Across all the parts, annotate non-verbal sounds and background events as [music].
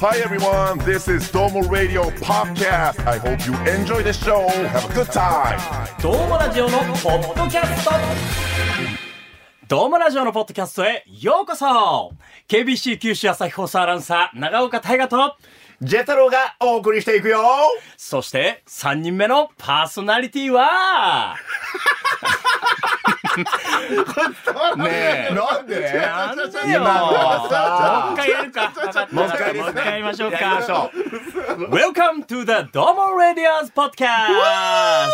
Hi everyone, this is Domo Radio Podcast. I hope you enjoy the show. Have a good time. どうもラジオのポッドキャストどうもラジオのポッドキャストへようこそ !KBC 九州朝日放送アナウンサー、長岡大河と、ジェタロウがお送りしていくよそして3人目のパーソナリティは、 [laughs] ねえなんでなんでよ今のはさもう一回やるか。もう一回もう一回やりましょうか。やりましょ Welcome to the Domo Radio's Podcast! パ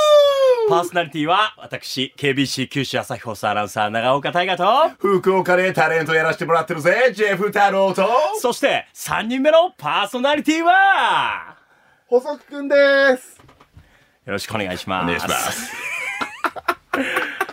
ーソナリティは私、KBC 九州朝日放送アナウンサー、長岡大河と、福岡でタレントやらせてもらってるぜジェフ太郎とそして3人目のパーソナリティは、細木くんです。よろしくお願いします。。お願いします [laughs]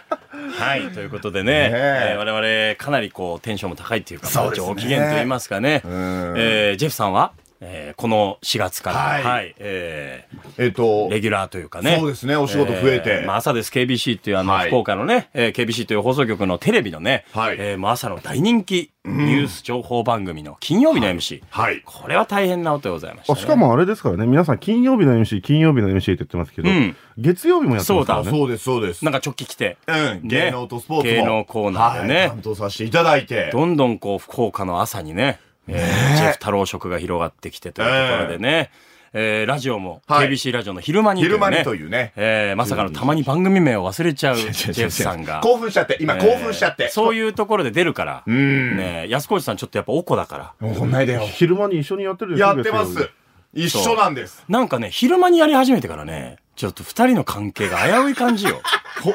はい、ということでね、ええー我々かなりこうテンションも高いっていうか、そうですね上機嫌と言いますかね、えージェフさんは、えーこの4月から、は、はいいええっとー、レギュラーというかね。そうですねお仕事増えてまあ、朝です KBC っていうあの、はい福岡のね、えー KBC という放送局のテレビのね、はいえーもう朝の大人気ニュース情報番組の金曜日の MC。はい。これは大変な音でございました、あね。しかもあれですからね、皆さん金曜日の MC、金曜日の MC って言ってますけど、うん月曜日もやってますからあね。そうですそうです。なんか直帰来て。うん芸能とスポーツも芸能コーナーでね、はい担当させていただいて。どんどんこう、福岡の朝にね、えージェフ太郎色が広がってきてというところでね、えーラジオも、はい KBC ラジオの昼間にというね、昼間にというね。えーまさかのたまに番組名を忘れちゃうジェフさんが。興奮しちゃって今興奮しちゃって。そういう。いうところで出るから、ねえ、安越さんちょっとやっぱおこだから、もうこんないでよ。昼間に一緒にやってるでしょやってま月曜す日。一緒なんです。なんかね、昼間にやり始めてからね、ちょっと二人の関係が危うい感 [laughs] じよ。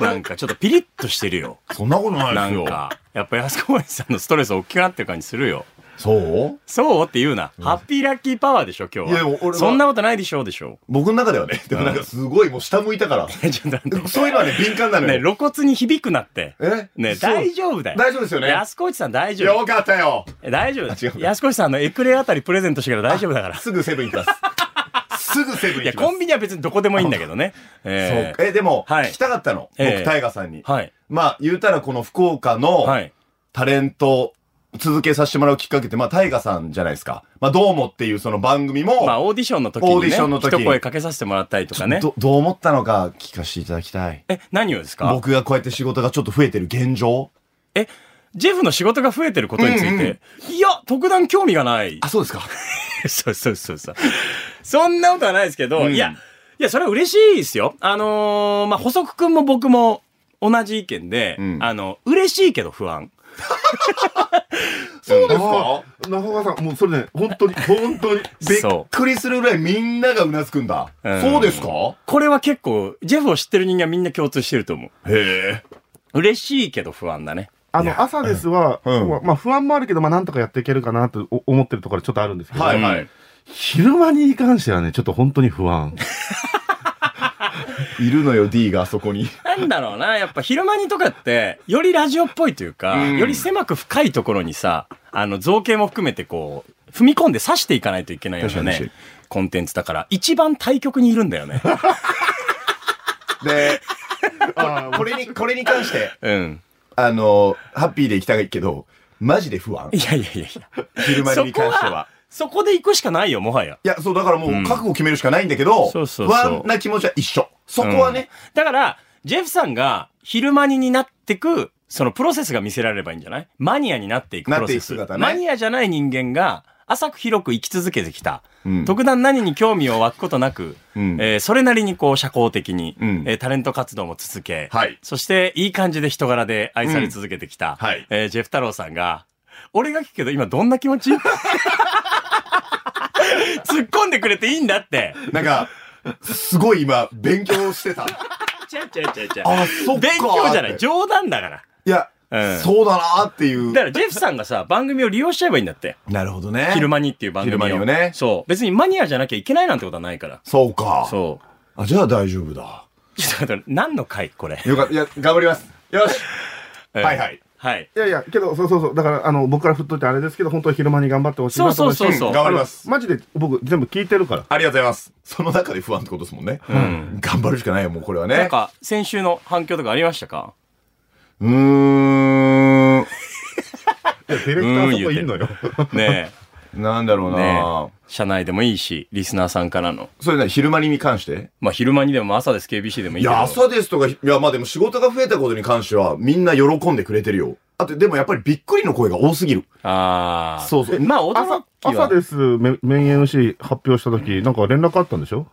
なんかちょっとピリッとしてるよ。そんなことなないですんよ。か、やっぱ安越さんのストレス大きくなってる感じするよ。そうそうって言うな。ハッピーラッキーパワーでしょ、今日いやは。俺はそんなことないでしょうでしょ僕の中ではね。でもなんかすごいもう下向いたから。う。ちょっと待 [laughs] ってそういうのはね敏感なのね、よ。露骨に響くなって。えね、そう大丈夫だよ。大丈夫ですよね安越さん大丈夫。よかったよ。大丈夫だ違う安越さんのエクレアあたりプレゼントしてから大丈夫だから。すぐセブン行きます。すぐセブいン行や、きますコン。ビニは別にどこでもいいんだけどね。そうえかえ、でも、はい聞きたかったの。ええ僕、大河さんに。ーはい。まあ、言うたらこの福岡のはい。タレント続けさせてもらうきっかけって、まあ、大河さんじゃないですか。まあ、どうもっていうその番組も、まあ、オーディションの時にオーデね、ィションの時一声かけさせてもらったりとかね。どどう思ったのか聞かせていただきたい。え、何をですか僕がこうやって仕事がちょっと増えてる現状え、ジェフの仕事が増えてることについて、いや、特段興味がない。そうですか。 [laughs] そうそうそうそう。そんなことはないですけど、んいや、いや、それは嬉しいですよ。あのーまあ、細くくんも僕も同じ意見で、うんあの、嬉しいけど不安。そうですあかー中川さん、もうそれね、本当に、本当に。びっそう。くりするぐらいみんながうなずくんだ。うんそうですかこれは結構、ジェフを知ってる人間はみんな共通してると思へえ。う。嬉しいけど不安だね。あの、朝ですは、うんまあまあ不安もあるけど、まあなんとかやっていけるかなとお思ってるところちょっとあるんですけど、はいはい。昼間に関してはね、ちょっと本当に不安。いるのよ、D があそこ [laughs] に。なんだろうな、やっぱ昼間にとかって、よりラジオっぽいというか、うんより狭く深いところにさ、あの、造形も含めてこう、踏み込んで刺していかないといけないような確かねに、コンテンツだから、一番対極にいるんだよ [laughs] ね。で、これに、これに関して、うん。あの、ハッピーで行きたいけど、マジで不安い。やいやいやいや。昼間に関しては。そこで行くしかないよ、もはや。いや、そう、だからもう覚悟決めるしかないんだけど、そうそうそう不安な気持ちは一緒。そこはね、だから、ジェフさんが昼間にになってく、そのプロセスが見せられればいいんじゃないマニアになっていくプロセス。なっていく姿ねマニアじゃない人間が、浅く広く生き続けてきた。うん特段何に興味を湧くことなく、うんえーそれなりにこう社交的に、うんえータレント活動も続け、はいそしていい感じで人柄で愛され続けてきた、うんはいえージェフ太郎さんが、俺が聞くけど今どんな気持ち [laughs] 突っ込んでくれていいんだって。なんか、すごい今、勉強してた。ちゃうちゃうちゃうちゃう [laughs] あ、そっか。勉強じゃない。い冗談だから。や、うんそうだなーっていだかう。らジェフさんがさ、番組を利用しちゃえばいいんだって。なるほどね昼間にっていう番組を。昼間にをねそう。別にマニアじゃなきゃいけないなんてことはないから。そうか。そう。あ、じゃあ大丈夫だ。ちょっと待って、何の回これ。。よかった。いや、頑張ります。よし。 [laughs] はいはいい。はい。いやいや、けど、そうそうそう、だから、あの、僕から振っといてあれですけど、本当は昼間に頑張ってほしいなと思うしそうそうそううん頑張ります。マジで僕全部聞いてるから。ありがとうございます。その中で不安ってことですもんね。うん。頑張るしかないよ、もうこれはね。なんか、先週の反響とかありましたかうーん。いや、ディレクターそこいんのよ。ね [laughs] なんだろうな、ね社内でもいいし、リスナーさんからの。それね、昼間に関してまあ、昼間にでも朝です、KBC でもいいいけど。や、朝ですとか、いや、まあでも仕事が増えたことに関しては、みんな喜んでくれてるよ。あと、でもやっぱりびっくりの声が多すぎる。ああ。そうそうまあ、驚朝きは。朝です、メメイン MC 発表したとき、なんか連絡あったんでしょ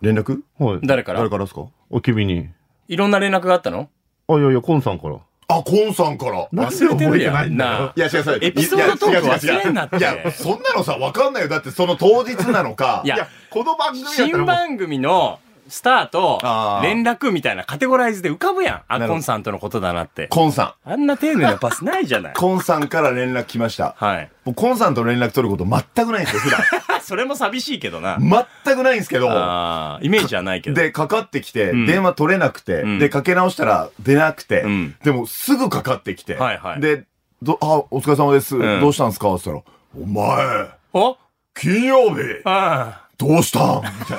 連絡はい。誰から誰からですかお、君に。いろんな連絡があったのあ、いやいや、コンさんから。あ、コンさんから。忘れてるやんなんで覚えてないんだよなあいや、違う、違う。エピソードトーク忘れんなっていや、違う違う違ういやそんなのさ、わかんないよ。だってその当日なのか。 [laughs] いやこの番組だったらも新う番組のスターとあー連絡みたいなカテゴライズで浮かぶやん。なあ、るほどコンさんとのことだなって。コンさあんな丁寧なパスないじゃない [laughs] ん。。コンさんから連絡来ました。はい。もうコンさんと連絡取ること全くないんですよ、普段。それも寂しいけどな。全くないんですけど。 [laughs] あーイメージはないけど。で、かかってきて、ん電話取れなくて、んで、かけ直したら出なくて、うんでもすぐかかってきて、はいはいで、どあ、お疲れ様です。んどうしたんですかって言ったら、お前、お金曜日、あどうしたんみたい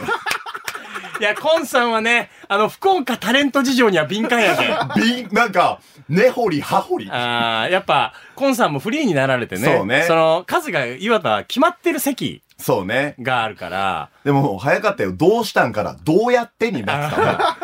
ーいや、コンさんはね、あの、福岡タレント事情には敏感や [laughs] けん。な。 [laughs] びん、なんか、根掘り葉掘り。ああ、やっぱ、コンさんもフリーになられてね。そうねその、数が、いわば決まってる席そうね。があるから、でも、早かったよ。どうしたんから、どうやってになってたから。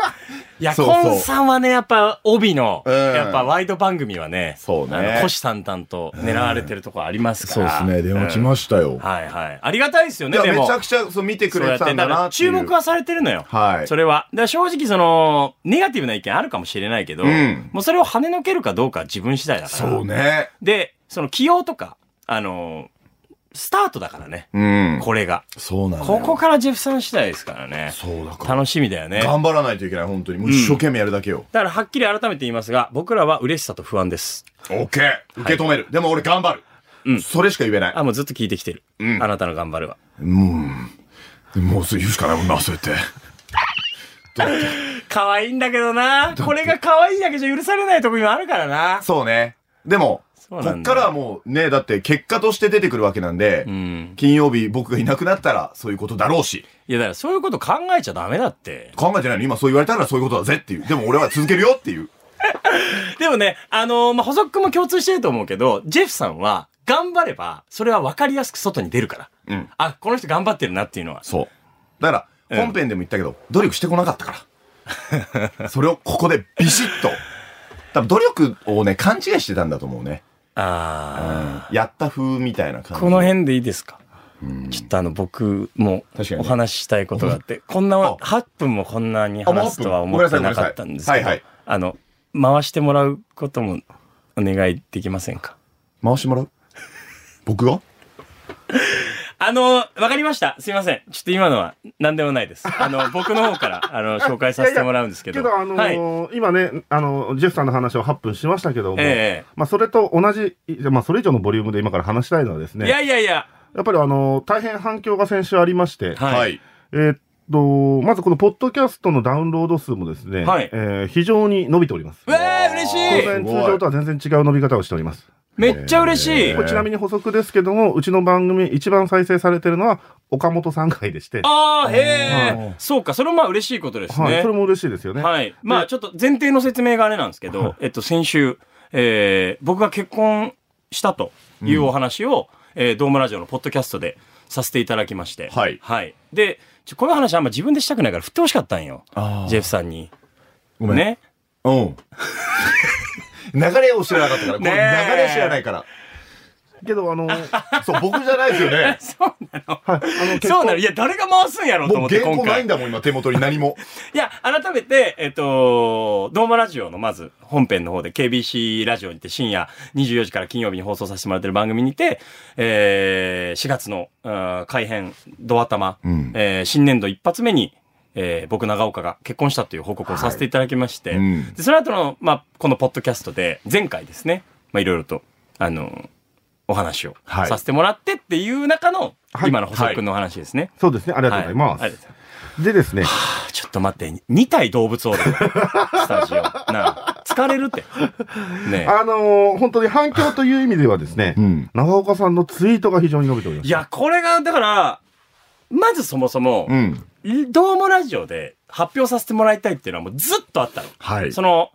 いや、そうそうコンさんはね、やっぱ、帯の、うんやっぱ、ワイド番組はね、そうあの、ね虎。視眈々と狙われてるとこありますそうから。ですね。電話来しましたよ。た。はいはい。ありがたいですよいね、や、でも。めちゃくちゃ、そう、見てくれてたんそだうやなってってい注う。目はされてるのよ。はいそれは。だから正直、その、ネガティブな意見あるかもしれないけど、うんもうそれを跳ねのけるかどうかは自分次第だから。そうね。で、その起用とか、あのースタートだからね。うん。これが。そうなのこよ。こからジェフさん次第ですからね。そうだから。楽しみだよね。頑張らないといけない、本当に。もう一生懸命やるだけよ。だからはっきり改めて言いますが、僕らは嬉しさと不安です。オッケー受け止める。でも俺頑張る。うんそれしか言えない。あ、もうずっと聞いてきてる。んあなたの頑張るは。もうそれ言うしかないもんな、そうやって。可愛いんだけどな。これが可愛いだけじゃ許されないとこにもあるからな。そうね。でも、そうこなんだっからはもうね、だって結果として出てくるわけなんで、うん。金曜日僕がいなくなったらそういうことだろうし、いや、だからそういうこと考えちゃダメだって。考えてないの今そう言われたらそういうことだぜっていう。でも俺は続けるよっていう。でもね、あのーまあ、補足君も共通してると思うけど、ジェフさんは、頑張れば、それは分かりやすく外に出るから。うん。あ、この人頑張ってるなっていうのは。そう。だから、本編でも言ったけど、努力してこなかったから。 [laughs] それをここでビシッと。多分努力をね、勘違いしてたんだと思うね。あやった風みたいな感あ、じ。この辺でいいですかちょっとあの、僕も確かにおね話ししたいことがあって、こんな、あ8分もこんなに話すとはあも思う8分ってなかったんですけごめんなどさいごめんなさいはいはい、あの、回してもらうこともお願いできませんか回してもらう僕があの、わかりました。すいません。ちょっと今のは何でもないです。あ [laughs] の、僕の方から、あの、紹介させてもらうんですけど。いやいやけど、あはい。のー今ね、あのジェフさんの話を8分しましたけども、ええまあ、それと同じ、いまあ、それ以上のボリュームで今から話したいのはですね、いややいやいや、っぱり、あのー大変反響が先週ありまして、はい。はい。えーっと、まずこのポッドキャストのダウンロード数もですね、はいえー非常に伸びております。うわー、嬉当しい然通常とは全然違う伸び方をしております。めっちゃ嬉しい、これちなみに補足ですけども、うちの番組一番再生されてるのは岡本さん回でして、ああ、へえ。そうか、それもまあ嬉しいことですね。はい、それも嬉しいですよね。はい。まあちょっと前提の説明があれなんですけど、えっと先週、えー僕が結婚したというお話を、えードームラジオのポッドキャストでさせていただきまして。はいはい。で、ちょこの話あんま自分でしたくないから振ってほしかったんよ。ジェフさんに。ごめん。ね。 [laughs] うん。 [laughs] 流れを知らなかったから。こねのえ流れ知らないから。けど、あの [laughs] ー、そう、僕じゃないです [laughs] よね。そうなの。はい、あの結そう構なの。いや、誰が回すんやろうとも思うって原今稿ない回ん。だもん、今手元に何も。いや、改めて、えっと、ドーマラジオのまず本編の方で KBC ラジオにて深夜24時から金曜日に放送させてもらってる番組にて、えー4月の、うん改編、ドア玉、んえー新年度一発目に、えー僕、長岡が結婚したという報告をさせていただきまして、いうんでその後の、まあ、このポッドキャストで、前回ですね、まあ、いろいろと、あの、お話をはいさせてもらってっていう中の、はい今の細君のお話ですね。そうですね、ありがとうございます。はいありがとうございますでですね、ちょっと待って、2体動物お [laughs] る。スタジオ。なあ疲れるって。ねあのー本当に反響という意味ではですね、ん長岡さんのツイートが非常に伸びておりまえ。す。いや、これが、だから、まずそもそもう、ん。どうもラジオで発表させてもらいたいっていうのはもうずっとあったの。はいその、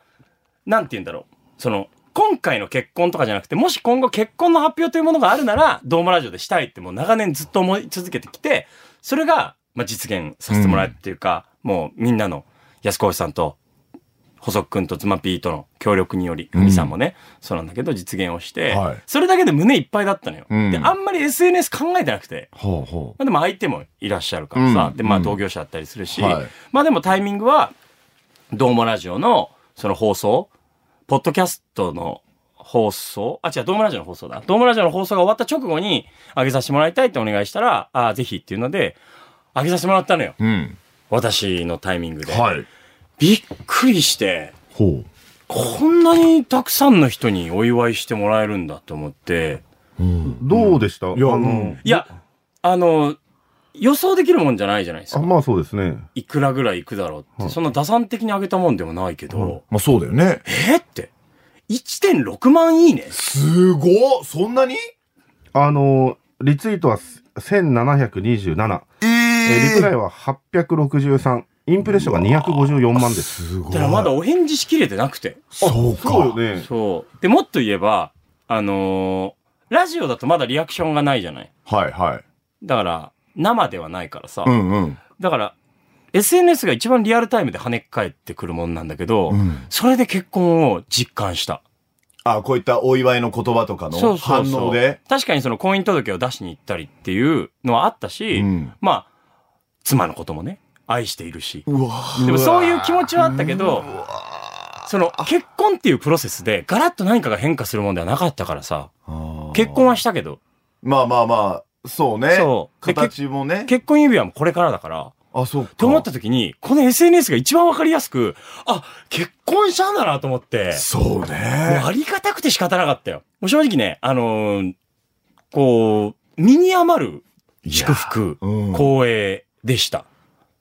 なんて言うんだろう。その、今回の結婚とかじゃなくて、もし今後結婚の発表というものがあるなら、ドームラジオでしたいってもう長年ずっと思い続けてきて、それが、まあ、実現させてもらえるっていうか、もうみんなの安川さんと、細くんとズマピーとの協力により、ふみさんもね、そうなんだけど実現をして、はいそれだけで胸いっぱいだったのよ。うんで、あんまり SNS 考えてなくて、ほうほまあ、でも相手もいらっしゃるからさ、うんでまあうん同業者だったりするし、はいまあでもタイミングは「どうもラジオ」のその放送ポッドキャストの放送あ違う「どうもラジオ」の放送だ「どうもラジオ」の放送が終わった直後に上げさせてもらいたいってお願いしたら「ああぜひ」っていうので上げさせてもらったのよう。うん。私のタイミングで、はい。びっくりしてほこんなにたくさんの人にお祝いしてもらえるんだと思ってう。うん。どうでした、いやあの、うんいやあの予想できるもんじゃないじゃないですかあまあそうですね。いくらぐらいいくだろうって、はいそんな打算的に上げたもんでもないけど、まあそうだよね。えーって、1.6万いいね。すごっそんなにあの、リツイートは1727、ええーリプライは863、インプレッションが254万です。すごだからまだお返事しきれてなくて。そうか。そうよね。そう。で、もっと言えば、あのーラジオだとまだリアクションがないじゃない。はいはい。だから、生ではないからさ。うんうん。だから、SNS が一番リアルタイムで跳ね返ってくるもんなんだけど、うんそれで結婚を実感した。あ、こういったお祝いの言葉とそかのうそうそう反応で。確かにその婚姻届を出しに行ったりっていうのはあったし、ん。まあ、妻のこともね、愛しているし。うわでもそういう気持ちはあったけど、その結婚っていうプロセスでガラッと何かが変化するもんではなかったからさ、結婚はしたけど、まあまあまあ、そうね。そうで形もね。結婚指輪もこれからだから、あ、そうか。と思った時に、この SNS が一番わかりやすく、あ、結婚したんだなと思って、そうもうね。ありがたくて仕方なかったよ。もう正直ね、あのーこう、身に余る祝福、うん光栄でした。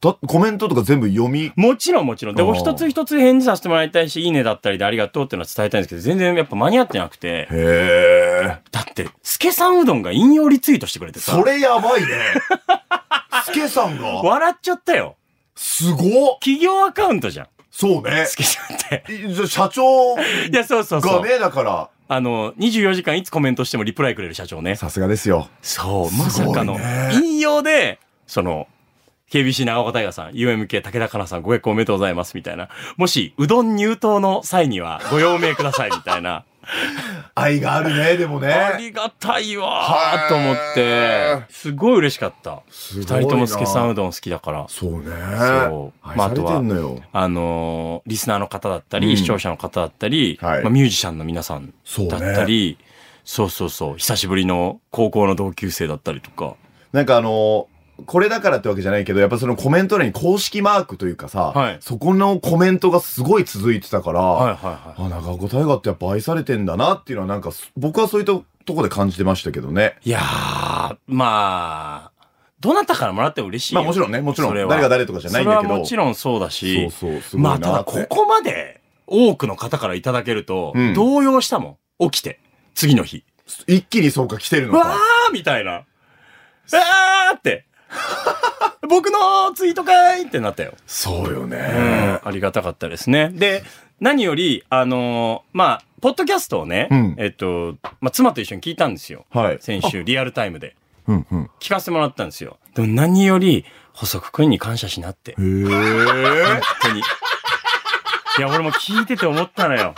だコメントとか全部読み、もちろんもちろん。で、あーお一つ一つ返事させてもらいたいし、いいねだったりでありがとうっていうのは伝えたいんですけど、全然やっぱ間に合ってなくて。へえ。だって、スケさんうどんが引用リツイートしてくれてさ。それやばいね。 [laughs] スケさんが、笑っちゃったよ。すごっ企業アカウントじゃん。そうねス。ケさんって。いじゃあ社長がいや、そうそうそう。ね、だから。あの、24時間いつコメントしてもリプライくれる社長ね。さすがですよ。そう、まさかのすごいね。引用で、その、KBC 長岡大河さん、UMK 武田かなさん、ご結婚おめでとうございます、みたいな。もし、うどん入党の際には、ご用命ください、みたい [laughs] な。愛がある [laughs] ね、でもあね。りがたいわはーいと思って、すごい嬉しかった。二ごいな人ともスケさんうどん好きだから。そうそね。う愛まああされとはてんのよ。あのーリスナーの方だったうり、ん視聴者の方だったり、はいまあ、ミュージシャンの皆さんそうねだったり、そうそうそう、久しぶりの高校の同級生だったりとか。なんかあのーこれだからってわけじゃないけど、やっぱそのコメント欄に公式マークというかさ、はいそこのコメントがすごい続いてたから、はいはいはあ、長岡大河ってやっぱ愛されてんだなっていうのはなんかす、僕はそういうととこで感じてましたけどね。い。いやー、まあ、どなたからもらっても嬉しいよ。まあもちろんね、もちろんそれは誰が誰とかじゃないんだけど。それはもちろんそうだし、そうそう、すごいまなあ、ただって。ここまで多くの方からいただけるとう、ん動揺したもん。起きて、次の日。一気にそうか来てるのうわか。ーみたいな。うわーって。 [laughs] 僕のツイートかいってなったよ。そうよね。うんありがたかったですね。で、何より、あのーまあ、ポッドキャストをね、うんえっと、まあ、妻と一緒に聞いたんですよ。はい。先週、リアルタイムで。うんうん。聞かせてもらったんですよ。でも何より、細くくんに感謝しなって。へー本当に。いや、俺も聞いてて思ったのよ。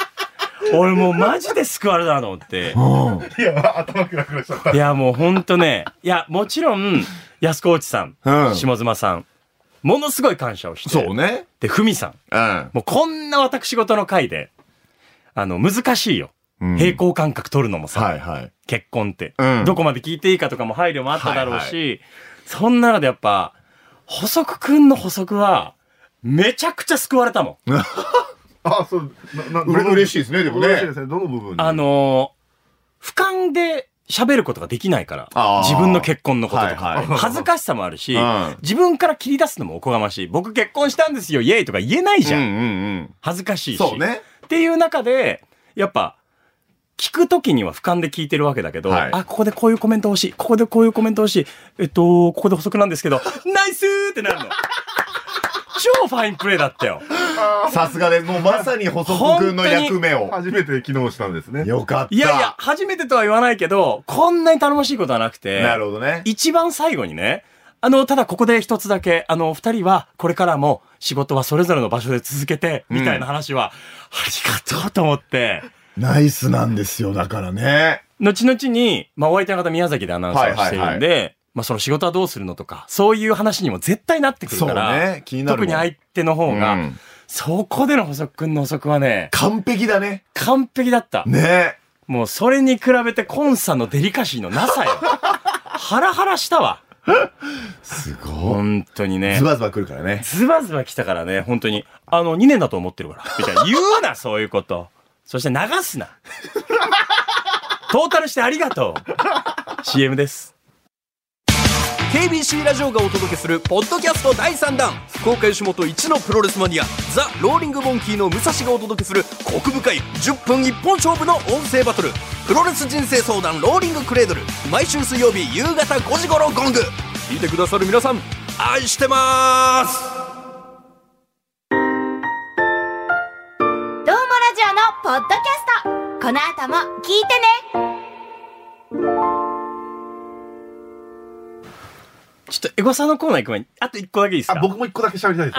俺もうマジで救われたなと思って。うん。いや、頭くらくらしちゃった。いや、もうほんとね。いや、もちろん、安河内さん、うん下妻さん、ものすごい感謝をして。そうね。で、ふみさん。うん。もうこんな私事の回で、あの、難しいよ。うん平行感覚取るのもさ、はいはい。結婚って、うんどこまで聞いていいかとかも配慮もあっただろうし、そんなのでやっぱ、補足くんの補足は、めちゃくちゃ救われたもん。あ、そう、な、な、うれ嬉しいですねでもね嬉しいですね。どの部分にあ、のー俯瞰で喋ることができないからあ、ー自分の結婚のこととか、はいはい恥ずかしさもあるし、うん自分から切り出すのもおこがましい。僕結婚したんですよ、イエーイとか言えないじゃん。うんうん恥ずかしういし。ん。そうね。っていう中で、やっぱ、聞くときには俯瞰で聞いてるわけだけど、はいあ、ここでこういうコメント欲しい、ここで [laughs] こういうコメント欲しい、えっと、ここで補足なんですけど、ナイスーってなるの。 [laughs] 超ファインプレーだったよ。さすがです。もうまさに細子くんの役目を。初めて機能したんですね。よかった。いやいや、初めてとは言わないけど、こんなに頼もしいことはなくて。なるほどね。一番最後にね、あの、ただここで一つだけ、あの、お二人はこれからも仕事はそれぞれの場所で続けて、みたいな話は、ありがとうと思って、ナイスなんですよ、だからね。後々に、まあ、お相手の方宮崎でアナウンサーをしているんで、まあ、その仕事はどうするのとか、そういう話にも絶対なってくるそうから、ね。気になるも特ん。に相手の方が、うんそこでの補足くんの補足はね、完璧だね。完璧だった。ね。もうそれに比べてコンさんのデリカシーのな [laughs] さよ。ハラハラしたわ。すごい。本当にねズ。バズバ来るからね。ズバズバ来たからね、本当に。あの、2年だと思ってるから。みたいな。言 [laughs] うな、そういうこと。そして流すな。 [laughs] トータルしてありがとう。CM です。 KBC ラジオがお届けするポッドキャスト第3弾福岡吉本一のプロレスマニアザ・ローリング・モンキーの武蔵がお届けするコク深い10分一本勝負の音声バトルプロレス人生相談ローリングクレードル毎週水曜日夕方5時頃ゴング聞いてくださる皆さん愛してますどうもラジオのポッドキャストこの後も聞いてねちょっとエゴサのコーナー行く前に、あと1個だけいいですあか僕も一個だけ喋りたいで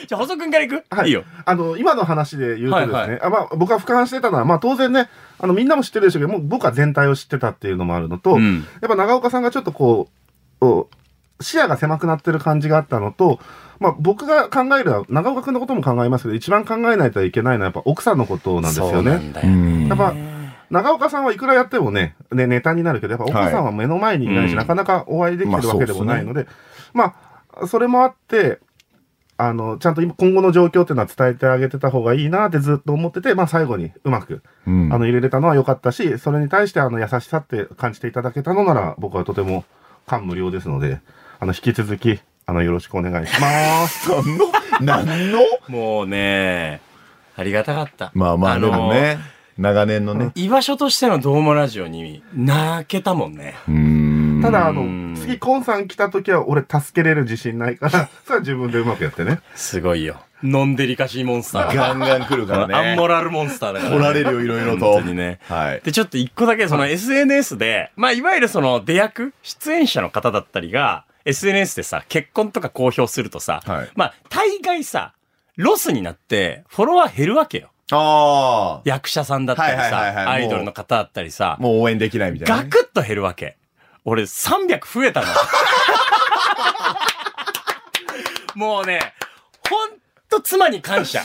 す。じゃあ、細くんから行く、、はいいよ。あの、今の話で言うとですね、はいはあまあ、僕が俯瞰してたのは、まあ当然ね、あの、みんなも知ってるでしょうけど、もう僕は全体を知ってたっていうのもあるのと、んやっぱ長岡さんがちょっとこう、お視野が狭くなってる感じがあったのと、まあ僕が考えるのは、長岡君のことも考えますけど、一番考えないといけないのはやっぱ奥さんのことなんですよね。んだよ。やっぱ、長岡さんはいくらやってもね、ね、ネタになるけど、やっぱ岡さんは目の前にいないし、うんなかなかお会いできてるわけでもないので、まあ、それもあって、あの、ちゃんと今今後の状況っていうのは伝えてあげてた方がいいなってずっと思ってて、まあ最後にうまく、うんあの、入れれたのは良かったし、それに対してあの、優しさって感じていただけたのなら、僕はとても感無量ですので、あの、引き続き、あの、よろしくお願いします。何の何のもうね、ありがたかった。まあまあ、でもの。ね。長年のね。居場所としてのドームラジオに泣けたもんね。うんただ、あうんの、次、コンさん来た時は俺助けれる自信ないから、 [laughs] それは自分でうまくやってね。すごいよ。ノンデリカシーモンスター。ガンガン来るからね。アンモラルモンスターだから、来られるよ、いろいろと。本当にね。はい。で、ちょっと一個だけ、その SNS で、まあ、いわゆるその出役、出演者の方だったりが、SNS でさ、結婚とか公表するとさ、はいまあ、大概さ、ロスになって、フォロワー減るわけよ。あ役者さんだったりさ、はいはいはいはいアイドルの方だったりさあ。、もう応援できないみたいなガね。クッと減るわけ。俺300増 [laughs] えたの。もうね、ほんと妻に感謝。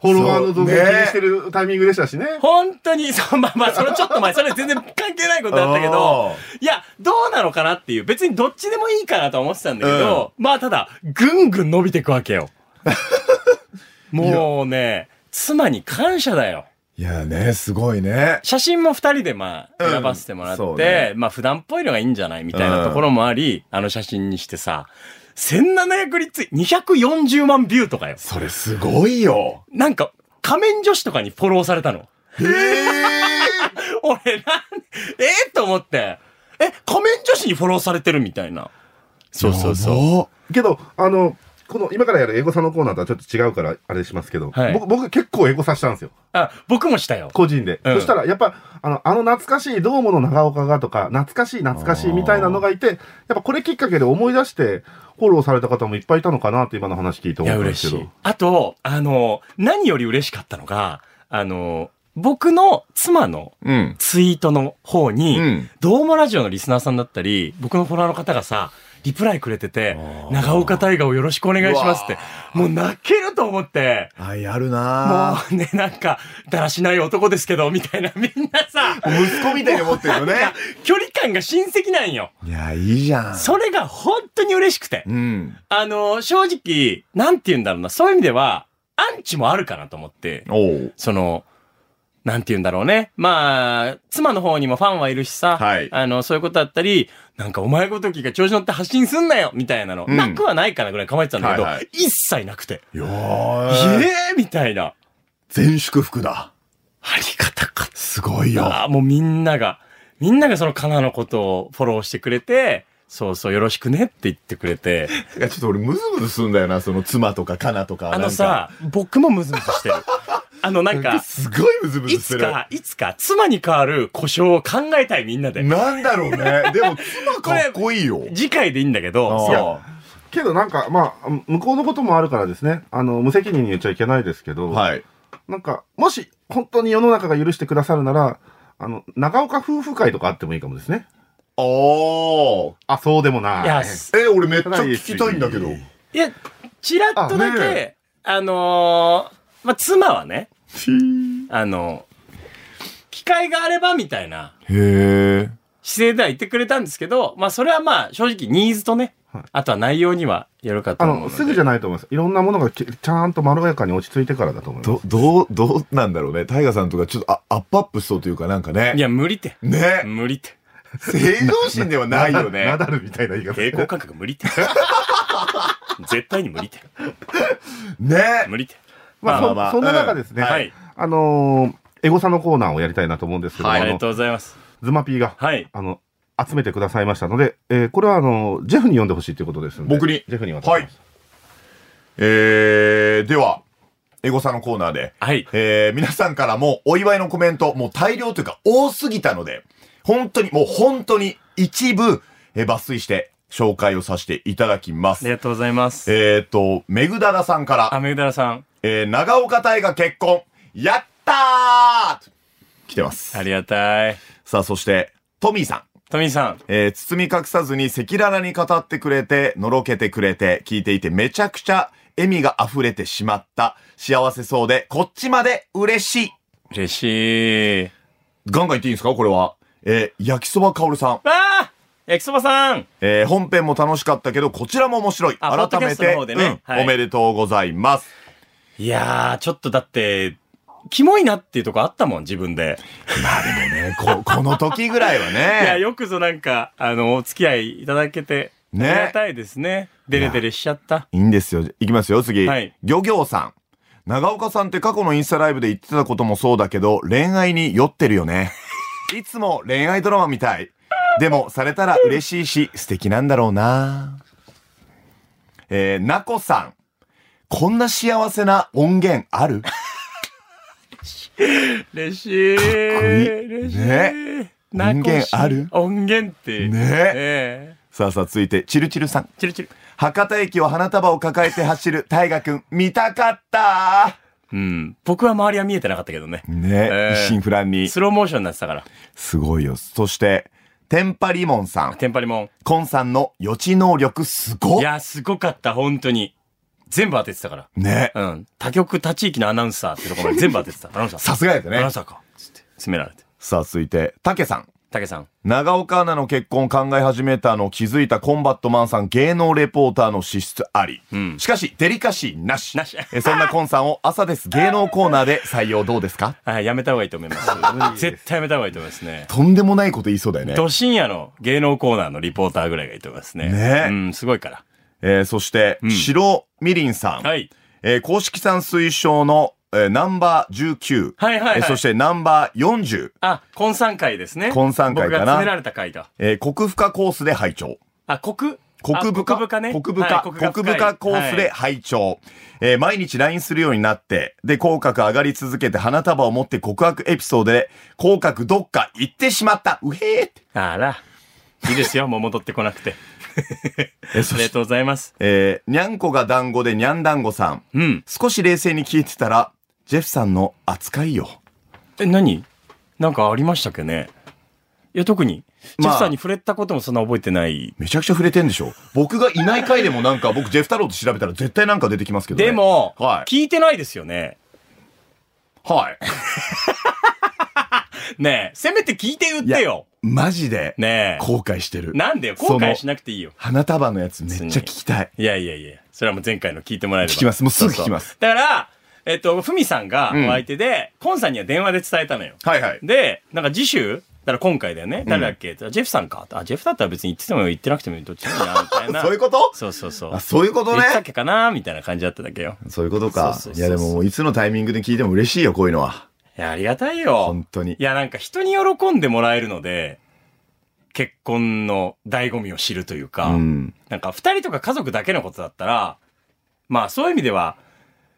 フォロワーの増減気そうねにしてるタイミングでしたしね。本当に、そう、まあまあ、それちょっと前、それ全然関係ないことだったけどあ、いや、どうなのかなっていう、別にどっちでもいいかなとは思ってたんだけど、まあただ、ぐんぐん伸びていくわ [laughs] けよ。もうね、妻に感謝だよ。いやね、すごいね。写真も二人でまあ、うん選ばせてもらって、そうねまあ普段っぽいのがいいんじゃないみたいなところもあり、あの写真にしてさ、1700リツイ、240万ビューとかよ。それすごいよ。なんか、仮面女子とかにフォローされたの。へえ。 [laughs] 俺なん、えーと思って、え、仮面女子にフォローされてるみたいな。そうそうそう。う。けど、あの、この今からやるエゴサのコーナーとはちょっと違うから、あれしますけど、はい僕僕結構エゴサしたんですよ。あ、僕もしたよ。個人で。うんそしたら、やっぱ、あの、あの懐かしい、どうもの長岡がとか、懐かしい、懐かしいみたいなのがいて、やっぱこれきっかけで思い出して、フォローされた方もいっぱいいたのかなって今の話聞いてい思や、ったんで嬉すしけど。い。あと、あの、何より嬉しかったのが、あの、僕の妻のうん。ツイートの方に、うんどうもラジオのリスナーさんだったり、僕のフォロワーの方がさ、リプライくれてて、長岡大河をよろしくお願いしますって、もう泣けると思って、愛あるもなうね、なんか、だらしない男ですけど、みたいな、みんなさ、息子みたいに思ってるよ [laughs] ね。距離感が親戚なんよ。いや、いいじゃん。それが本当に嬉しくて。うん。あの、正直、なんて言うんだろうな、そういう意味では、アンチもあるかなと思って、おう。その、なんて言うんだろうね。まあ、妻の方にもファンはいるしさ、はいあの、そういうことだったり、なんかお前ごときが調子乗って発信すんなよみたいなの、うんなくはないかなぐらい構えてたんだけど、はいはい一切なくて、いやイーエーイみたいな。全祝福だ。ありがたかっすごいた。よ。もうみんなが、みんながそのカナのことをフォローしてくれて、そうそう、よろしくねって言ってくれて。いやちょっと俺ムズムズすんだよな、その妻とかカナとか。あのさ、僕もムズムズ [laughs] してる。あの、なんなんか、か、すごいムズムいズすつる。か、いつか、妻に代わる故障を考えたいみんなで。なんだろうね。でも妻かっこいいよ。次回でいいんだけど、そいうやけどなんか、まあ、向こうのこともあるからですね、あの、無責任に言っちゃいけないですけど、はい。なんか、もし、本当に世の中が許してくださるなら、あの、長岡夫婦会とかあってもいいかもですね。あー。あ、そうでもないい。や、え、俺めっちゃ聞きたいんだけど。いや、ちらっとだあねけ、あのーまあ、妻は [laughs] ね、あの機会があればみたいなへえ。姿勢では言ってくれたんですけど、まあ、それはまあ、正直ニーズとね、あとは内容にはよるかとあ思うのの、で。すぐじゃないと思います。いろんなものがきちゃんとまろやかに落ち着いてからだと思います。ど、どう、どうなんだろうね。タイガさんとかちょっとあアップアップしそうというかなんかね。いや、無理って。ね。無理って。正常心ではない [laughs] よねナ。ダルみたいな言い方。抵抗感覚無理 [laughs] って。絶対に無理って。ね。無理って。まあ、まあまあそそんな中ですね、うんはいあのーエゴサのコーナーをやりたいなと思うんですけど、あありのがとうございます。ズマピーが、はいあの、集めてくださいましたので、えーこれはあの、ジェフに読んでほしいということですので。僕にジェフに渡しまはすい。えー、では、エゴサのコーナーで、はいえー、皆さんからもお祝いのコメント、もう大量というか多すぎたので、本当に、もう本当に一部、えー抜粋して紹介をさせていただきまあす。りがとうございます。えーと、メグダラさんからあ、、めぐだらさん、えー、長岡大が結婚、やったー来てます。ありがたい。さあ、そして、トミーさん。トミーさん、えー包み隠さずに赤裸々に語ってくれて、のろけてくれて、聞いていてめちゃくちゃ笑みが溢れてしまった。幸せそうで、こっちまで嬉しい。嬉しい。ガンガン言っていいんですかこれは。えー焼きそばかおるさん。ああ焼きそばさんえー本編も楽しかったけど、こちらも面白い。あ改めポッドキャストのて、方でねうんはいおめでとうございます。いやー、ちょっとだって、キモいなっていうとこあったもん、自分で。ねこ、 [laughs] この時ぐらいはいや、ね。よくぞなんか、あの、お付き合いいただけて、ねありがたいですね。デレデレしちゃった。いいんですよ。いきますよ、次。はい漁業さん。長岡さんって過去のインスタライブで言ってたこともそうだけど、恋愛に酔ってるよ [laughs] ね。いつも恋愛ドラマみたい。でも、されたら嬉しいし、素敵なんだろうな。えー、なこさん。こんな幸せな音源 [laughs] ある嬉しい。かっこ嬉しい。ねなこし音源ある音源って。ねえさあさあ、続いて、ちるちるさん。チルチル。博多駅を花束を抱えて走る大河君、見たかったうん。僕は周りは見えてなかったけどね。ね、えー一心不乱に。スローモーションになってたから。すごいよ。そして、テンパリモンさん。テンパリモコンさんの予知能力すン。ごいっや、すごかった、本当に。全部当ててたから。ね。うん。他局、他地域のアナウンサーってところまで全部当ててた。ア [laughs] ナウンサー。さすがやでアナウねン。サーか。つって、詰められて。さあ、続いて、たけさん。竹さん。長岡アナの結婚を考え始めたのを気づいたコンバットマンさん芸能レポーターの資質あり。んしかし、デリカシーなし。なしえそんなコンさんを朝です芸能コーナーで採用どうで [laughs] すかあ、やめた方がいい [laughs] と思います。絶対やめた方がいいと思いますね。とんでもないこと言いそうだよね。ど深夜の芸能コーナーのリポーターぐらいがいいと思いますね。ねうん、すごいから。えーそして、白みりんさん。はい。えー公式さん推奨の、えーナンバー19。はいはいはいえーそしてナンバー40。あ、婚産会ですね。婚産会かな僕が詰められた会だ。えー国深コースで拝聴。あ、国国部あ国下、部ね。国部下、はい国部会下コースではい拝聴、えー毎日 LINE するようになって、で、口角上がり続けて花束を持って告白エピソードで、口角どっか行ってしまった。うへーって。あら。いいですよ、もう戻ってこなくて。 [laughs] え、そありがして、とうございます。えーにゃんこが団子でにゃん団子さん。うん。少し冷静に聞いてたら、ジェフさんの扱いよ。え、何なんかありましたっけねいや、特に。ジまあェフさんに触れたこともそんな覚えてない。めちゃくちゃ触れてんでしょ僕がいない回でもな [laughs] んか、僕ジェフ太郎と調べたら絶対なんか出てきますけどね。でも、はい聞いてないですよね。はい。ねえ、せめて聞いて言ってよ。マジで、ねえ。後悔してる。なんでよ、後悔しなくていいよ。花束のやつめっちゃ聞きたい。いやいやいや、それはもう前回の聞いてもらえれば。聞きますもうすぐ聞きますそうそうだから、えっと、ふみさんがおん相手で、コンさんには電話で伝えたのよ。はいはい。で、なんか次週、だから今回だよね。誰だっけ、ジェフさんか。あ、ジェフだったら別に言ってても言ってなくてもどっちでもいいな、みたいな。 [laughs] そういうことそうそうそう。あ、そういうことね言。ったっけかなみたいな感じだっただけよ。そういうことかそうそう。そうそいうやでももういつのタイミングで聞いても嬉しいよ、こういうのは。いや、ありがたいよ。本当にいや、なんか人に喜んでもらえるので、結婚の醍醐味を知るというか、うん。なんか二人とか家族だけのことだったら、まあそういう意味では、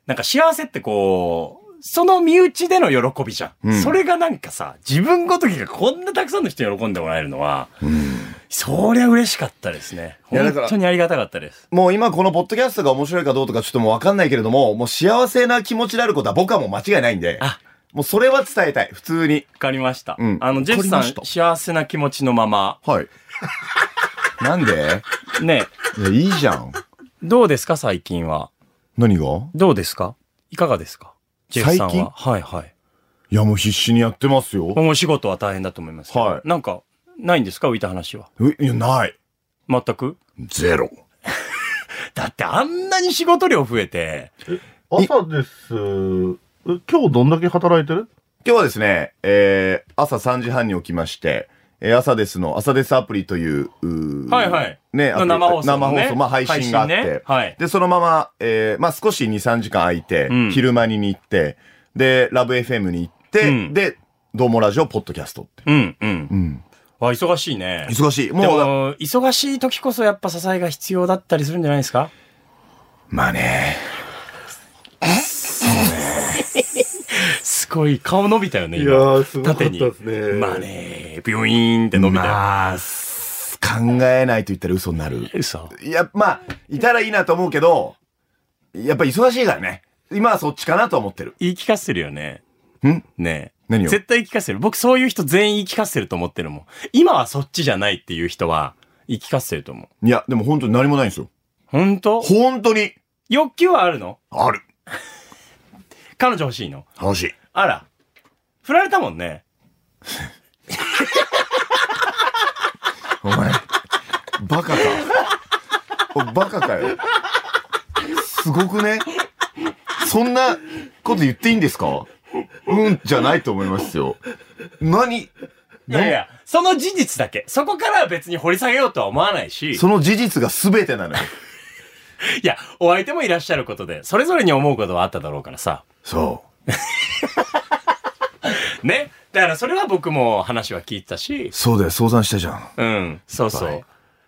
なんか幸せってこう、その身内での喜びじゃん。うんそれがなんかさ、自分ごときがこんなたくさんの人に喜んでもらえるのは、そりゃ嬉しかったですね。いやだから本当にありがたかったです。もう今このポッドキャストが面白いかどうとかちょっともうわかんないけれども、もう幸せな気持ちであることは僕はもう間違いないんで、あもうそれは伝えたい。普通に。わかりました。うんあの、ジェフさわんかり、ま幸せな気持ちのまま、はい。なんでね、いや、いいじゃん。どうですか最近は。何がどうですかいかがですかジェフさん最近は。はいはい。いや、もう必死にやってますよ。お仕事は大変だと思いますけど。はいなんか、ないんですか浮いた話は。ういや、ない。全くゼロ。だってあんなに仕事量増えて、朝です。え今日どんだけ働いてる今日はですね、えー、朝3時半に起きまして、えー、朝ですの、朝ですアプリという、うーはいはいね、のアプリ生放送の生ね放送、まあ配信があって、配信ねはいで、そのまま、えー、まあ少し2、3時間空いて、ん昼間に行って、で、ラブ FM に行って、うんで、どうもラジオ、ポッドキャストって。うんうん。うん。あ、忙しいね。忙しい。でもう、も、忙しい時こそやっぱ支えが必要だったりするんじゃないですかまあね、すごい、顔伸びたよね、い今。ー、す縦に。まあ。ね、ビュイーンって伸びたよ。まあ、す考えないと言ったら嘘になる。嘘いや、まあ、いたらいいなと思うけど、やっぱ忙しいからね。今はそっちかなと思ってる。言い聞かせてるよね。んねえ。何を絶対言い聞かせてる。僕そういう人全員言い聞かせてると思ってるもん。今はそっちじゃないっていう人は言い聞かせてると思う。いや、でも本当に何もないんですよ。本当本当に、欲求はあるのある。彼女欲しいの楽しい。あら。振られたもんね。お前、バカか。おバカかよ。すごくね。そんなこと言っていいんですかうん、じゃないと思いますよ。何いやいや、その事実だけ。そこからは別に掘り下げようとは思わないし、その事実が全てなのよ。いや、お相手もいらっしゃることで、それぞれに思うことはあっただろうからさ。そね。だからそれは僕も話は聞いてたしう。、そうだよ、相談したじゃん。うん、そうそう。はい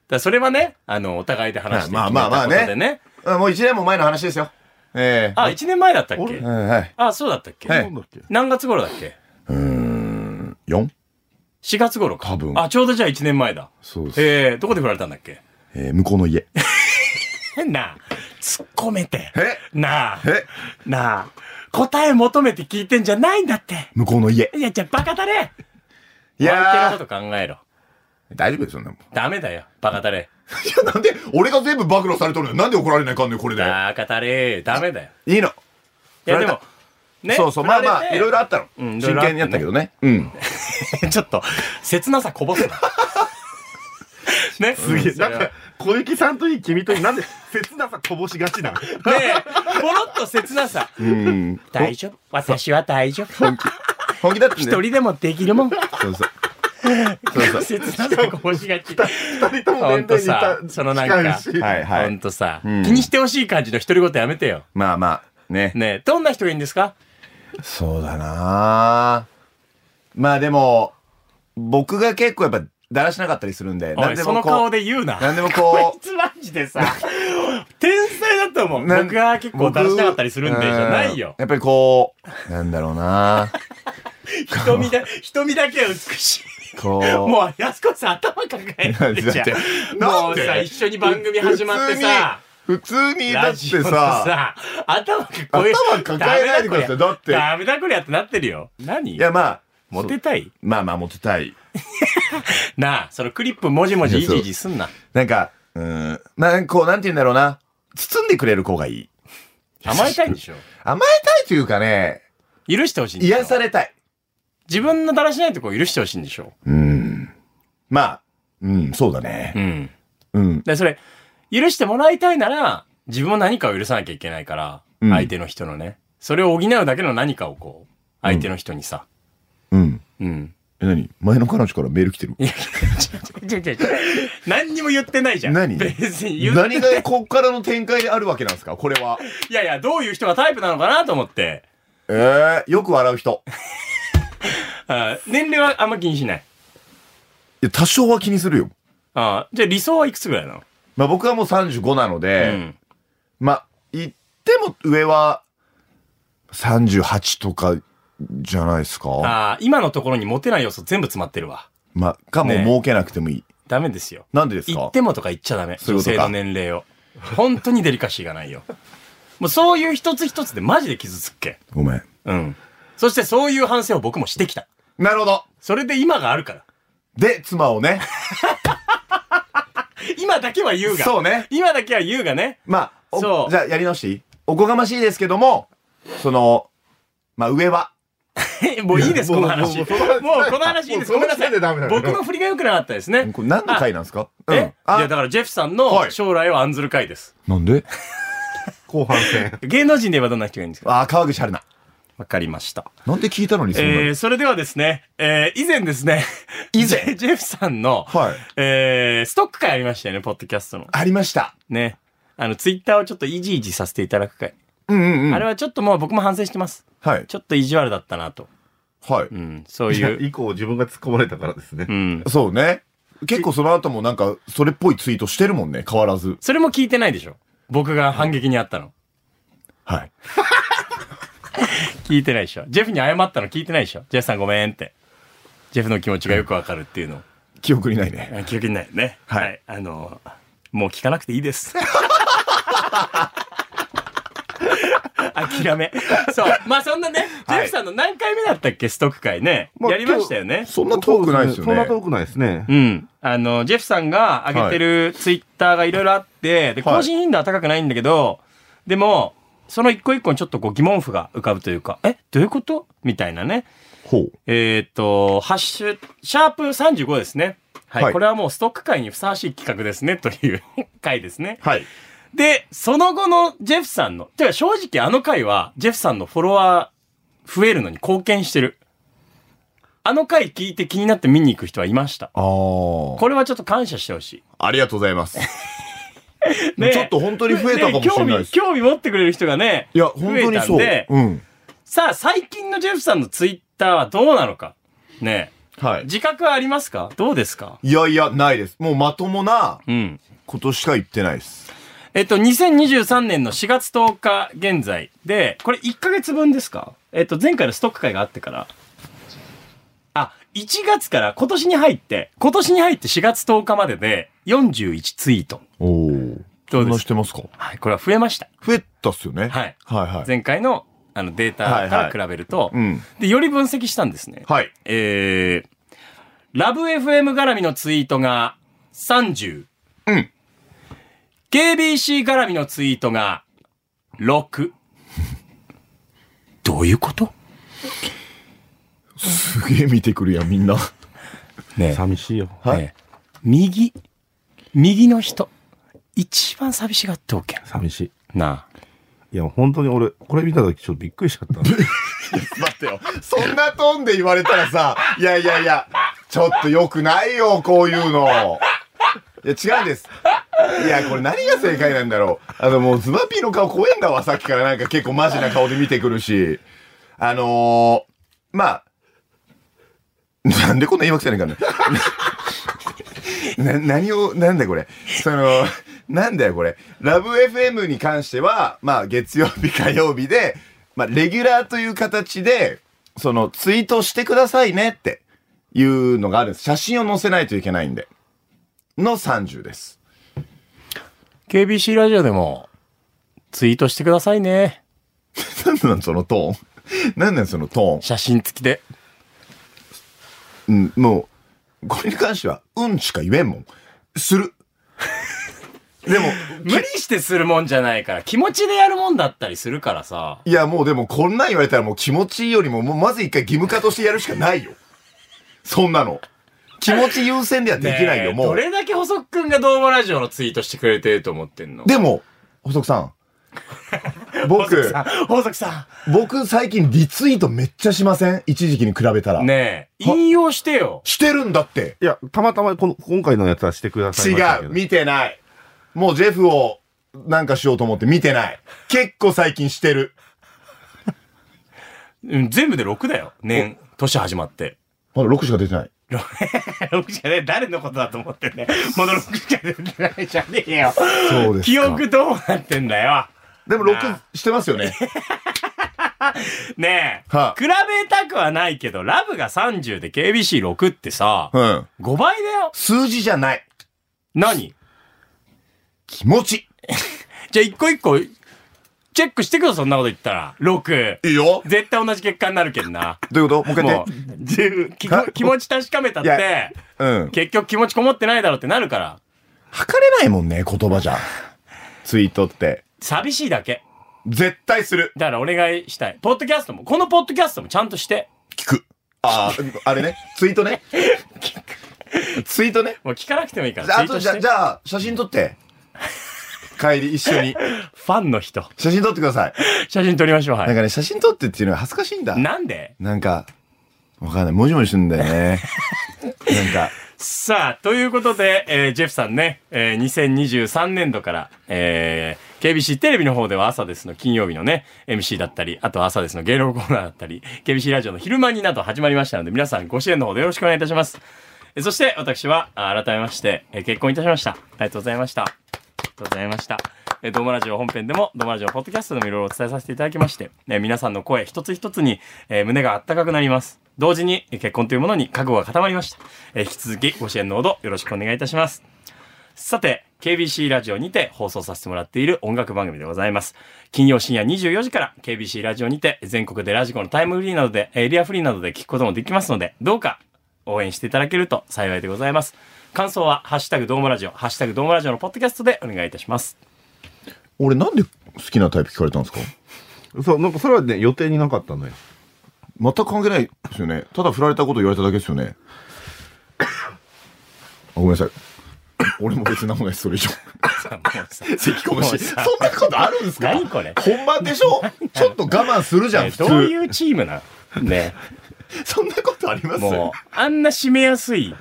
だからそれはね、あの、お互いで話しては決いめまあまたあまあこねとでね。あもう一年も前の話ですよ。ええあ、一年前だったっけはいはい。あ、そうだったっけはいなんだっけ何月頃だっけうーん、4? 4月頃か。多分あ、ちょうどじゃあ1年前だ。そうです。えー、どこで振られたんだっけえー向こうの家。変なあ、突っ込めて。えなあ、えなあ、答え求めて聞いてんじゃないんだって。向こうの家。いや、じゃあバカだね。い相手やのこと考えろ。ー、大丈夫ですよ、そんなもん。ダメだよ。バカだれ。いや、 [laughs] なんで、俺が全部暴露されとるのになんで怒られないかんねん、これで。バカだれ。ダメだよ。いいの。いや、振らでれたも、ね。そうそう、まあまあ、いろいろあっったの。うんいろい真ろあったね剣にやったけどね。うん。て。 [laughs] ちょっと、切なさこぼすな。 [laughs] ね。すげえなんか、小雪さんといい君といい、なんで、切なさこぼしがちな。ねえ、ポロッと切な [laughs] さ。うん。大丈夫。私は大丈夫。本気だったん一だよ。人でもできるもん。そうそう。そうそ切なさこぼしがち。二人ともほん年と齢にさた、そのなんか、近いしう。はいはほんい。とさ、ん気にしてほしい感じの独り言やめてよ。まあまあ、ね。ねえ、どんな人がいいんですかそうだなまあでも、僕が結構やっぱ、だらしなかったりするんで、おい、でそのも顔こう、で言うな。なんでもこ、[laughs] こいうつマジでさ、天才だと思う。なん僕は結構だらしなかったりするんで、じ僕ゃないようん。やっぱりこ [laughs] う、なんだろうな瞳だ、瞳だけは美しい。こう。もう、安子さん頭抱えてるじゃだん。もうさ、一緒に番組始まってさ、普通に、普通にだラってジオのさ、さ、頭抱え、頭抱えないでくださいだってダメだこりゃってなってるよ。何いやまあ、モテたいまあまあモテたい。なあ、そのクリップもじもじいいやそうじいじすんな。なんか、うん、なんこう、なんて言うんだろうな。包んでくれる子がいい。甘えたいんでしょ甘えたいというかね、許してほしいんでしょ癒されたい。自分のだらしないとこ許してほしいんでしょうん。まあ、うん、そうだねう。ん。うん。で、それ、許してもらいたいなら、自分も何かを許さなきゃいけないから、うん相手の人のね。それを補うだけの何かをこう、相手の人にさ。うん。うん。え、何前の彼女からメール来てるい。や、ちょちょちょちょ。何にも言ってないじゃん。何別に言って何がこっからの展開であるわけなんですかこれは。いやいや、どういう人がタイプなのかなと思って。ええよく笑う人。あ年齢はあんま気にしない。いや、多少は気にするよ。ああ、じゃあ理想はいくつぐらいなのまあ僕はもう35なのうで、ん。まあ、言っても上は38とかじゃないですか。ああ、今のところにモテない要素全部詰まってるわ。まあ、かもうね儲けなくてもいい。ダメですよ。なんでです言っかてもとか言っちゃダメ。そう女いうこと性かの年齢を。本当にデリカシーがないよ。もうそういう一つ一つでマジで傷つくけ。ごめん。うん。そしてそういう反省を僕もしてきた。なるほど。それで今があるから。で、妻をね。今だけは言うが。そうね。今だけは言うが [laughs] ね。まあ、おそうじゃあやり直していいおこがましいですけども、その、まあ上は。えもういいです、この話。もうもうこもうもうの話いいです。ごめんなさい。もうその時点でダメだよ僕の振りが良くなかったですね。これ何の回なんですかうえいん。や、だあ、からジェフさんはのい将来を案ずる回です。なんで後半戦。芸能人で言えばどんな人がいいんですかあー、川口春奈。わかりました。なんで聞いたのにそんなの、えー、それではですね、えー、以前ですね、以前ジェフさんの、はいえー、ストック会ありましたよね、ポッドキャストの。ありました。ね。あの、ツイッターをちょっとイジイジさせていただく会。うんうんうん。あれはちょっともう僕も反省してます。はい。ちょっと意地悪だったなと。はい、うん、そう [laughs] いいやう。以降自分が突っ込まれたからですねう。ん。そうね。結構その後もなんか、それっぽいツイートしてるもんね、変わらず。それも聞いてないでしょ僕が反撃にあったの。はい。聞いてないでしょジェフに謝ったの聞いてないでしょジェフさんごめんって。ジェフの気持ちがよくわかるっていうのを。記憶にないね。あ記憶にないよね。はいはい。あの、もう聞かなくていいです。 [laughs] 諦め。そう。まあそんなね、ジェフさんの何回目だったっけストック会ね。まあやりましたよね。そんな遠くないですよね。そんな遠くないですねう。ん。あの、ジェフさんが上げてるツイッターがいろいろあって、で、はい更新頻度は高くないんだけど、でも、その一個一個にちょっとこう疑問符が浮かぶというか、え、どういうことみたいなね。ほう。えーっ、と、ハッシュ、シャープ35ですね。はい。はいこれはもうストック会にふさわしい企画ですね、という [laughs] 回ですね。はい。で、その後のジェフさんの、てか正直あの回は、ジェフさんのフォロワー増えるのに貢献してる。あの回聞いて気になって見に行く人はいました。あー。これはちょっと感謝してほしありがとうございます。い。 [laughs] ねちょっと本当に増えたかもしれないですね興味、興味持ってくれる人がね、いや、本当にそ増えう。たんでうん。さあ、最近のジェフさんのツイッターはどうなのか。ねはえ。。自覚はありますかどうですかいやいや、ないです。もうまともなうん。ことしか言ってないです。えっと、2023年の4月10日現在で、これ1ヶ月分ですかえっと、前回のストック会があってから。あ、1月から今年に入って、今年に入って4月10日までで41ツイート。おお。どうですそんなしてますかはい、これは増えました。増えたっすよね。はいはいはい。前回のあのデータはかいはら比いべると、うん。で、より分析したんですね。はい。えー、ラブ FM 絡みのツイートが30。うん。 KBC 絡みのツイートが6。どういうこと [laughs] すげえ見てくるやん、みんな。ね寂しいよ。え、ねえ右、右の人、一番寂しがっておけん。寂しい。なあ。いや、本当に俺、これ見た時ちょっとびっくりしちゃ [laughs] った。い [laughs] 待ってよ。そんなトーンで言われたらさ、いやいやいや、ちょっと良くないよ、こういうの。いや、違うんです。いや、これ何が正解なんだろう。あの、もうズバピーの顔怖えんだわ、さっきからなんか結構マジな顔で見てくるし。あのー、まあ、なんでこんな言い訳じゃないかんな。な、何を、なんだこれ。その、 [laughs] なんだよこれ。ラブ FM に関しては、まあ月曜日、火曜日で、まあレギュラーという形で、そのツイートしてくださいねっていうのがあるんです。写真を載せないといけないんで。の30です。 [laughs] KBC ラジオでも、ツイートしてくださいね。なんなんそのトーン。 [laughs] なんなんそのト写真付きで。ーン。うん、もう、これに関しては、うんしか言えんもん。する。でも、 [laughs] 無理してするもんじゃないから、気持ちでやるもんだったりするからさ。いや、もうでもこんなん言われたらもう気持ちいいよりも、もうまず一回義務化としてやるしかないよ。そんなの。気持ち優先ではできないよ、 [laughs] ねえもどう。れだけ細くんがドームラジオのツイートしてくれてると思ってんのでも、細足さん。僕、宝崎さ僕最近リツイートめっちゃしません一時期に比べたら。ねえ、は引用してよ。してるんだって。や、たまたまこの、今回のやつはしてください違ましたけう、ど。見てない。もうジェフをなんかしようと思って見てない。結構最近してる。うん全部で6だよ。年、年始まって。まだ6しか出てない。ロロ [laughs] クじゃねえ、誰のことだと思って [laughs] んね。モノロクじゃねえ、誰じゃねえよ。そうです記か憶どうなってんだよ。 [laughs] でも録してますよねねえ、はあ比べたくはないけど、ラブが30で KBC6 ってさ、うん5倍だよ。数字じゃない何気持ちじゃあ一個一個、チェックしてくよ、そんなこと言ったら。6。いいよ絶対同じ結果になるけん [laughs] な。どういうこともう一回やもっうて、十気も気持ち確かめたっいやて、うん結局気持ちこもってないだろうってなるから、測れないもんね言葉じゃツイートって寂しいだけ。絶対するだからお願いしたい。ポッドキャストも、このポッドキャストもちゃんとして。聞くあああれねツイートねツイートねもう聞かなくてもいいから、ツイあートとしじゃて。じゃあ写真撮って帰り一緒にファンの人。写真撮ってください写真撮りましょう、はなんい。かね写真撮ってっていうのは恥ずかしいんだなんでなんかわかんないもじもじするんだよ [laughs] ねなんかさあ、ということで、えージェフさんね、えー2023年度から、えー KBC テレビの方では朝ですの金曜日のね、MC だったり、あとは朝ですの芸能コーナーだったり、KBC ラジオの昼間になど始まりましたので、皆さんご支援の方でよろしくお願いいたします。えーそして、私は、あ改めまして、えー結婚いたしました。ありがとうございました。ありがとうございました。えー、ドームラジオ本編でも、ドームラジオポッドキャストでもいろいろお伝えさせていただきまして、えー皆さんの声一つ一つに、えー胸があったかくなります。同時に、えー結婚というものに覚悟が固まりました。えー引き続きご支援のほどよろしくお願いいたします。さて、KBC ラジオにて放送させてもらっている音楽番組でございます。金曜深夜24時から KBC ラジオにて全国でラジコのタイムフリーなどで、エリアフリーなどで聞くこともできますので、どうか応援していただけると幸いでございます。感想は、ハッシュタグドームラジオ、ハッシュタグドームラジオのポッドキャストでお願いいたします。俺なんで好きなタイプ聞かれたんですかそう、なんかそれはね、予定になかったのよ。全く関係ないですよねただ振られたこと言われただけですよねあごめんなさい俺も別に何もないですそ [laughs] れ以上さ [laughs] あもうさ咳込むもうしそんさなことあるんですか何これ本番でしょちょっと我慢するじゃんね普どう通いうチームなのね。そんなことありますもう、あんな締めやすい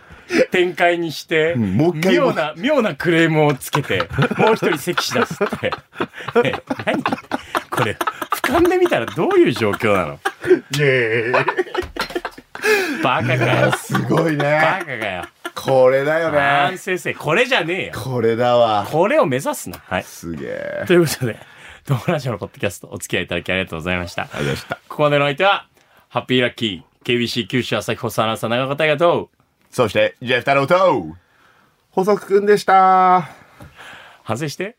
展開にして、んもう一回妙な、妙なクレームをつけて、もう一人席し出すって。 [laughs] え、何これ、俯瞰で見たらどういう状況なのバカかよ。すごいバねカかよ。これだよあんね先生、これじゃねえよ。これだわこれを目指すな。はい。すげえということで、友達のポッドキャストお付き合いいただきありがとうございました。ありがとうございました。ここまでのお相手は、ハッピーラッキー、KBC 九州朝日放送アナウンサー長岡大和と、そしてジェフ太郎と細くくんでした反省して。